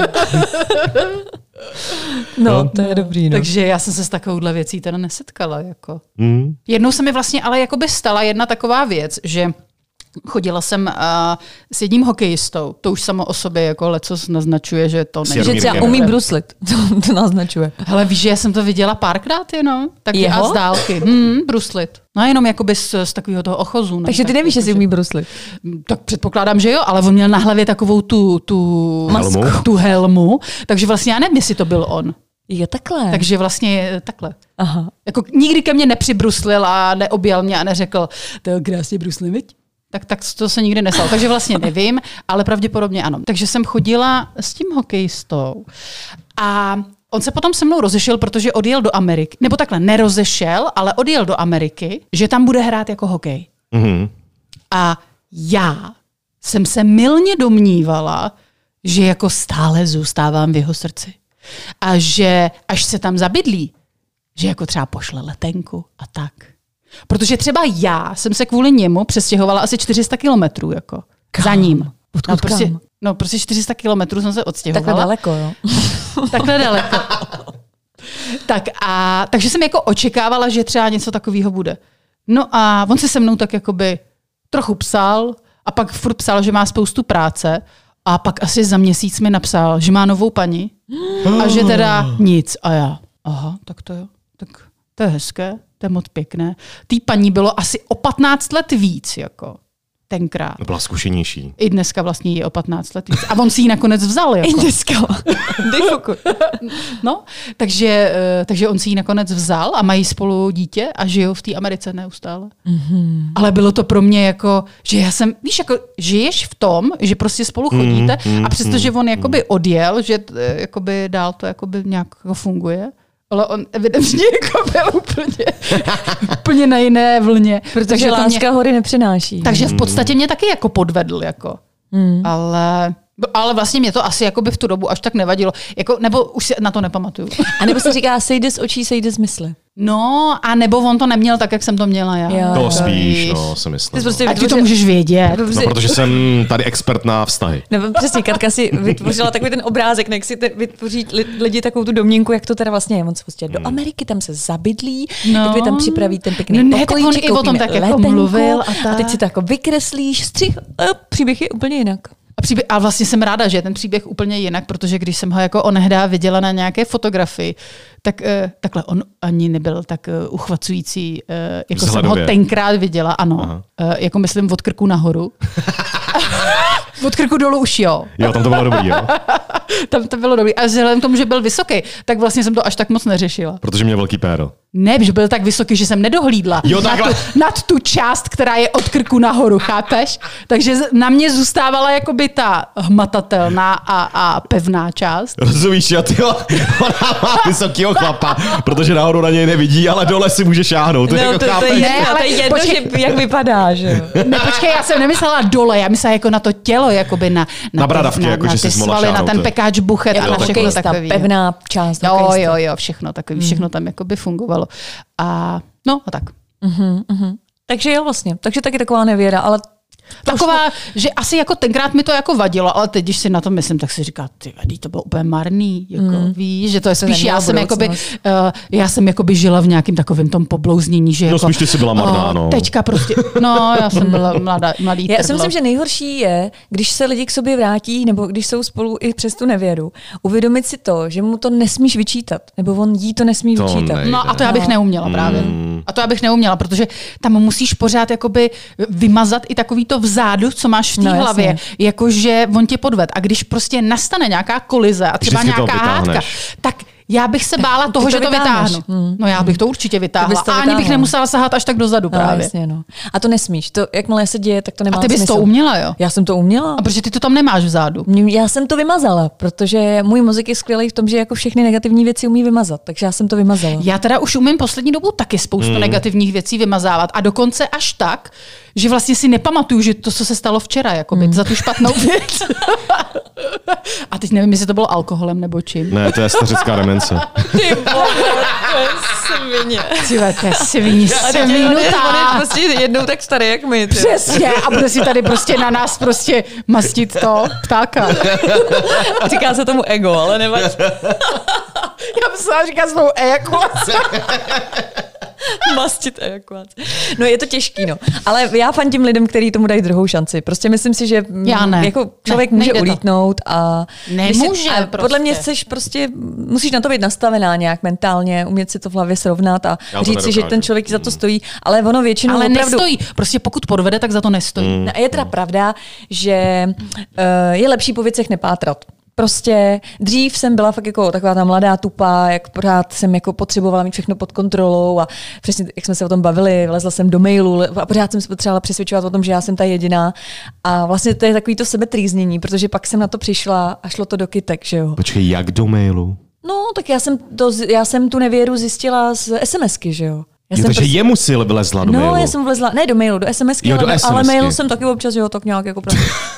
No, to je dobrý, no. Takže já jsem se s takovouhle věcí teda nesetkala. Jako. Mhm, Jednou se mi vlastně ale jako by stala jedna taková věc, že chodila jsem uh, s jedním hokejistou. To už samo o sobě jako lecos naznačuje, že to není. Že třeba umí bruslit, to, to naznačuje. Hele, víš, že já jsem to viděla párkrát jenom. Tak Jeho? a z dálky. Hmm, bruslit. No a jenom jakoby z, z takového toho ochozu. Ne? Takže ty Tak nevíš, jako, jestli že- umí bruslit. Tak předpokládám, že jo, ale on měl na hlavě takovou tu, tu Helmu? masku, tu helmu, takže vlastně já nevím, jestli to byl on. Je takhle. Takže vlastně eh, takhle. Aha. Jako nikdy ke mně nepřibruslil a neobjal mě a neřekl, to je krásně bruslím, viď? Tak, tak to se nikdy nestalo. Takže vlastně nevím, ale pravděpodobně ano. Takže jsem chodila s tím hokejistou a on se potom se mnou rozešel, protože odjel do Ameriky. Nebo takhle, nerozešel, ale odjel do Ameriky, že tam bude hrát jako hokej. Mhm. A já jsem se milně domnívala, že jako stále zůstávám v jeho srdci. A že až se tam zabydlí, že jako třeba pošle letenku a tak. Protože třeba já jsem se kvůli němu přestěhovala asi 400 kilometrů jako Kam? za ním. Odkud no, prostě, kam? no prostě 400 kilometrů jsem se odstěhovala. Takhle daleko, jo. Takhle daleko. tak a, takže jsem jako očekávala, že třeba něco takového bude. No a on se se mnou tak jakoby trochu psal a pak furt psal, že má spoustu práce a pak asi za měsíc mi napsal, že má novou paní a že teda nic. A já, aha, tak to jo. Tak to je hezké, to je moc pěkné. Tý paní bylo asi o 15 let víc, jako tenkrát. Byla zkušenější. I dneska vlastně je o 15 let víc. A on si ji nakonec vzal. Jako. I dneska. Dej foku. No, takže, eh, takže on si ji nakonec vzal a mají spolu dítě a žijou v té Americe neustále. Mhm. Mm-hmm. Ale bylo to pro mě jako, že já jsem, víš, jako žiješ v tom, že prostě spolu chodíte mm-hmm. a přestože on jakoby odjel, že eh, jakoby dál to jakoby nějak jako funguje, ale on evidentně jako byl úplně, úplně na jiné vlně. Protože to mě- láska hory nepřináší. takže v podstatě mě taky jako podvedl, jako. Mhm. Ale, ale vlastně mě to asi jako by v tu dobu až tak nevadilo. Jako, nebo už si na to nepamatuju. A nebo se říká, sejde z očí, sejde z mysle. No, a nebo on to neměl tak, jak jsem to měla já. Jo. To Víš. spíš, no, si myslím. Ty jsi no. prostě A ty to vytvořil- můžeš vědět. No, protože jsem tady expert na vztahy. Nebo No, přesně, Katka si vytvořila takový ten obrázek, ne, jak si te, vytvoří li- lidi takovou tu domněnku, jak to teda vlastně je. On se prostě Hmm. do Ameriky, tam se zabydlí, No. no. vy tam připraví ten pěkný No ne, tak pokojíček, on i o tom koupíme tak jako mluvil a a teď tak. si to jako vykreslíš, střih, a eh, příběh je úplně jinak. A, příběh, a vlastně jsem ráda, že je ten příběh úplně jinak, protože když jsem ho jako onehdá viděla na nějaké fotografii, tak eh, takhle on ani nebyl tak eh, uchvacující, eh, jako jsem Vzhledově. ho tenkrát viděla, ano. Eh, jako myslím od krku nahoru. od krku dolů už jo. Jo, tam to bylo dobrý, jo. Tam to bylo dobrý. A vzhledem k tomu, že byl vysoký, tak vlastně jsem to až tak moc neřešila. Protože měl velký péro. Ne, že byl tak vysoký, že jsem nedohlídla Jo, nad, tu, takhle. nad tu část, která je od krku nahoru, chápeš? Takže z- na mě zůstávala jakoby ta hmatatelná a, a pevná část. Rozumíš, jo, ty ona má vysokýho chlapa, protože nahoru na něj nevidí, ale dole si může šáhnout. To, jako No, to, to, chápeš? je, Ne, jedno, ale to je jedno, počkej. že, jak vypadá, že jo. Ne, počkej, já jsem nemyslela dole, já myslela jako na to tělo, jakoby na, Na bradavky, na, jako na že ty si mohla svaly, na šáhnout, ten jo. pekáč buchet a Jako na všechno hokejista, takový. pevná část Jo, hokejista. jo, jo, všechno takový, Mhm. všechno tam jakoby fungovalo. A no, a tak. Takže jo vlastně, takže taky taková nevěra, ale to Taková, šlo- že asi jako tenkrát mi to jako vadilo, ale teď, když si na to myslím, tak si říká, ty vadí, to bylo úplně marný, jako mm. víš, že to je spíš, nemělo já jsem, jakoby, uh, budoucnost. já jsem jakoby žila v nějakém takovém tom poblouznění, že No, jako, spíš ty jsi byla marná, eh, no. Teďka prostě, no, já jsem byla mladá, mladý já si trdlo. myslím, že nejhorší je, když se lidi k sobě vrátí, nebo když jsou spolu i přes tu nevěru, uvědomit si to, že mu to nesmíš vyčítat, nebo on jí to nesmí To vyčítat. ne. No a to já bych neuměla právě. Hmm. A to já bych neuměla, protože tam musíš pořád jakoby vymazat i takový to vzadu, co máš v té No, jasně. hlavě, jakože on tě podved. A když prostě nastane nějaká kolize a třeba Vždycky to nějaká vytáhneš. hádka, tak já bych se bála toho, to že to vytáhneš. vytáhnu. No já bych to určitě Ty vytáhla. bys to a ani bych vytáhla. nemusela sahat až tak dozadu No, právě. jasně, no. A to nesmíš, to, jakmile se děje, tak to nemá A ty bys smysl. to uměla, jo? Já jsem to uměla. A No, protože ty to tam nemáš vzadu. Mě- Já jsem to vymazala, protože můj mozek je skvělý v tom, že jako všechny negativní věci umí vymazat, takže já jsem to vymazala. Já teda už umím poslední dobou taky spoustu negativních věcí vymazávat a dokonce až tak, že vlastně si nepamatuju, že to, co se stalo včera, jakoby, za tu špatnou věc. a teď nevím, jestli to bylo alkoholem nebo čím. Ne, to je stařická demence. Ty vole, to je svině. Tyhle, to je sviní, svinutá. prostě jednou tak starý, jak my. Ty. Přesně, a bude si tady prostě na nás prostě mastit to ptáka. Říká se tomu ego, ale nevadí. Já myslela, říká svou ejakulaci. Mastit ejakuláci. No je to těžký, no. Ale já fandím lidem, kteří tomu dají druhou šanci. Prostě myslím si, že mm, Já ne. jako člověk Ne, ne, může nejde to. ulítnout a... když Nemůže a podle mě prostě. chceš prostě, musíš na to být nastavená nějak mentálně, umět si to v hlavě srovnat a Já to říct si, že nedokážu. ten člověk ti za to stojí, ale ono většinou Ale opravdu... nestojí. Prostě pokud podvede, tak za to nestojí. Mm. No, a je teda pravda, že uh, je lepší po věcech nepátrat. Prostě dřív jsem byla fakt jako taková ta mladá tupa, jak pořád jsem jako potřebovala mít všechno pod kontrolou a přesně jak jsme se o tom bavili, vlezla jsem do mailu le- a pořád jsem se potřebovala přesvědčovat o tom, že já jsem ta jediná. A vlastně to je takový to sebetrýznění, protože pak jsem na to přišla a šlo to do kytek, že jo. Počkej, jak do mailu? No, tak já jsem, to, z- já jsem tu nevěru zjistila z SMSky, že jo. Já Jo, jsem prostě takže jemu si vlezla do No, mailu. já jsem vlezla, ne do mailu, do SMSky, Jo, ale, do ale SMSky. mailu jsem taky občas, jo, tak nějak jako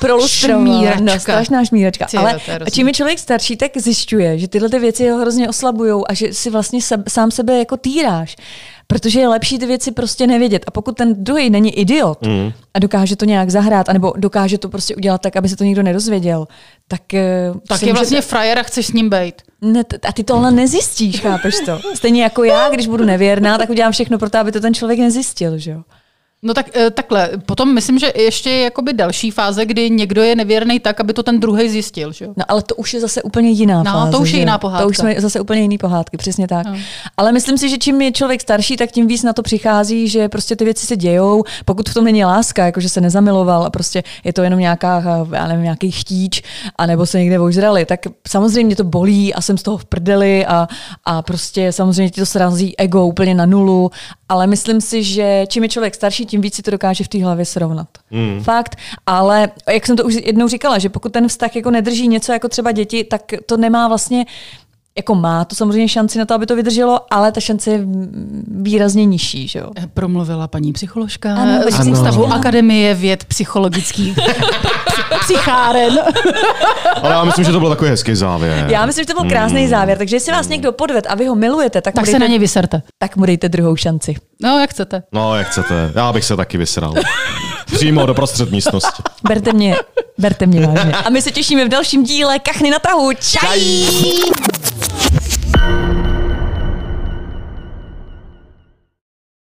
pro, prolustrovala. Šmíračka. No, strašná šmíračka. Ty jo, ale to je čím je člověk starší, tak zjišťuje, že tyhle ty věci ho hrozně oslabují a že si vlastně seb, sám sebe jako týráš. Protože je lepší ty věci prostě nevědět. A pokud ten druhý není idiot Mm. a dokáže to nějak zahrát, anebo dokáže to prostě udělat tak, aby se to nikdo nedozvěděl, tak, eh, Tak si je může- vlastně frajer a chceš s ním bejt. Ne, t- a ty tohle nezjistíš, chápeš to? Stejně jako já, když budu nevěrná, tak udělám všechno pro to, aby to ten člověk nezjistil, že jo? No tak eh, takhle, potom myslím, že ještě je jakoby další fáze, kdy někdo je nevěrný tak, aby to ten druhý zjistil, že jo? No ale to už je zase úplně jiná No, fáze, to už je že jo? jiná To pohádka. už jsme zase úplně jiný pohádky, přesně tak. Ale myslím si, že čím je člověk starší, tak tím víc na to přichází, že prostě ty věci se dějou, pokud v tom není láska, jakože se nezamiloval a prostě je to jenom nějaká, eh, já nevím, nějaký chtíč, anebo se někde ožrali, tak samozřejmě to bolí a jsem z toho v prdeli a, a prostě samozřejmě ti to srazí ego úplně na nulu, ale myslím si, že čím je člověk starší, tím víc si to dokáže v té hlavě srovnat. Mm. Fakt, ale jak jsem to už jednou říkala, že pokud ten vztah jako nedrží něco jako třeba děti, tak to nemá vlastně jako má to samozřejmě šanci na to, aby to vydrželo, ale ta šance je mm, výrazně nižší, že jo? Eh, Promluvila paní psycholožka Ano, ano, paní z ústavu Akademie věd psychologických psycháren. Ale já myslím, že to byl takový hezký závěr. Já myslím, že to byl krásný závěr, takže jestli vás někdo podved a vy ho milujete, tak, Hmm. mu Tak se dejte, na ně vyserte. tak mu dejte druhou šanci. No, jak chcete. No, jak chcete. Já bych se taky vysral. Přímo do prostřed místnosti. Berte mě, berte mě vážně. A my se těšíme v dalším díle Kachny na tahu. Čaj!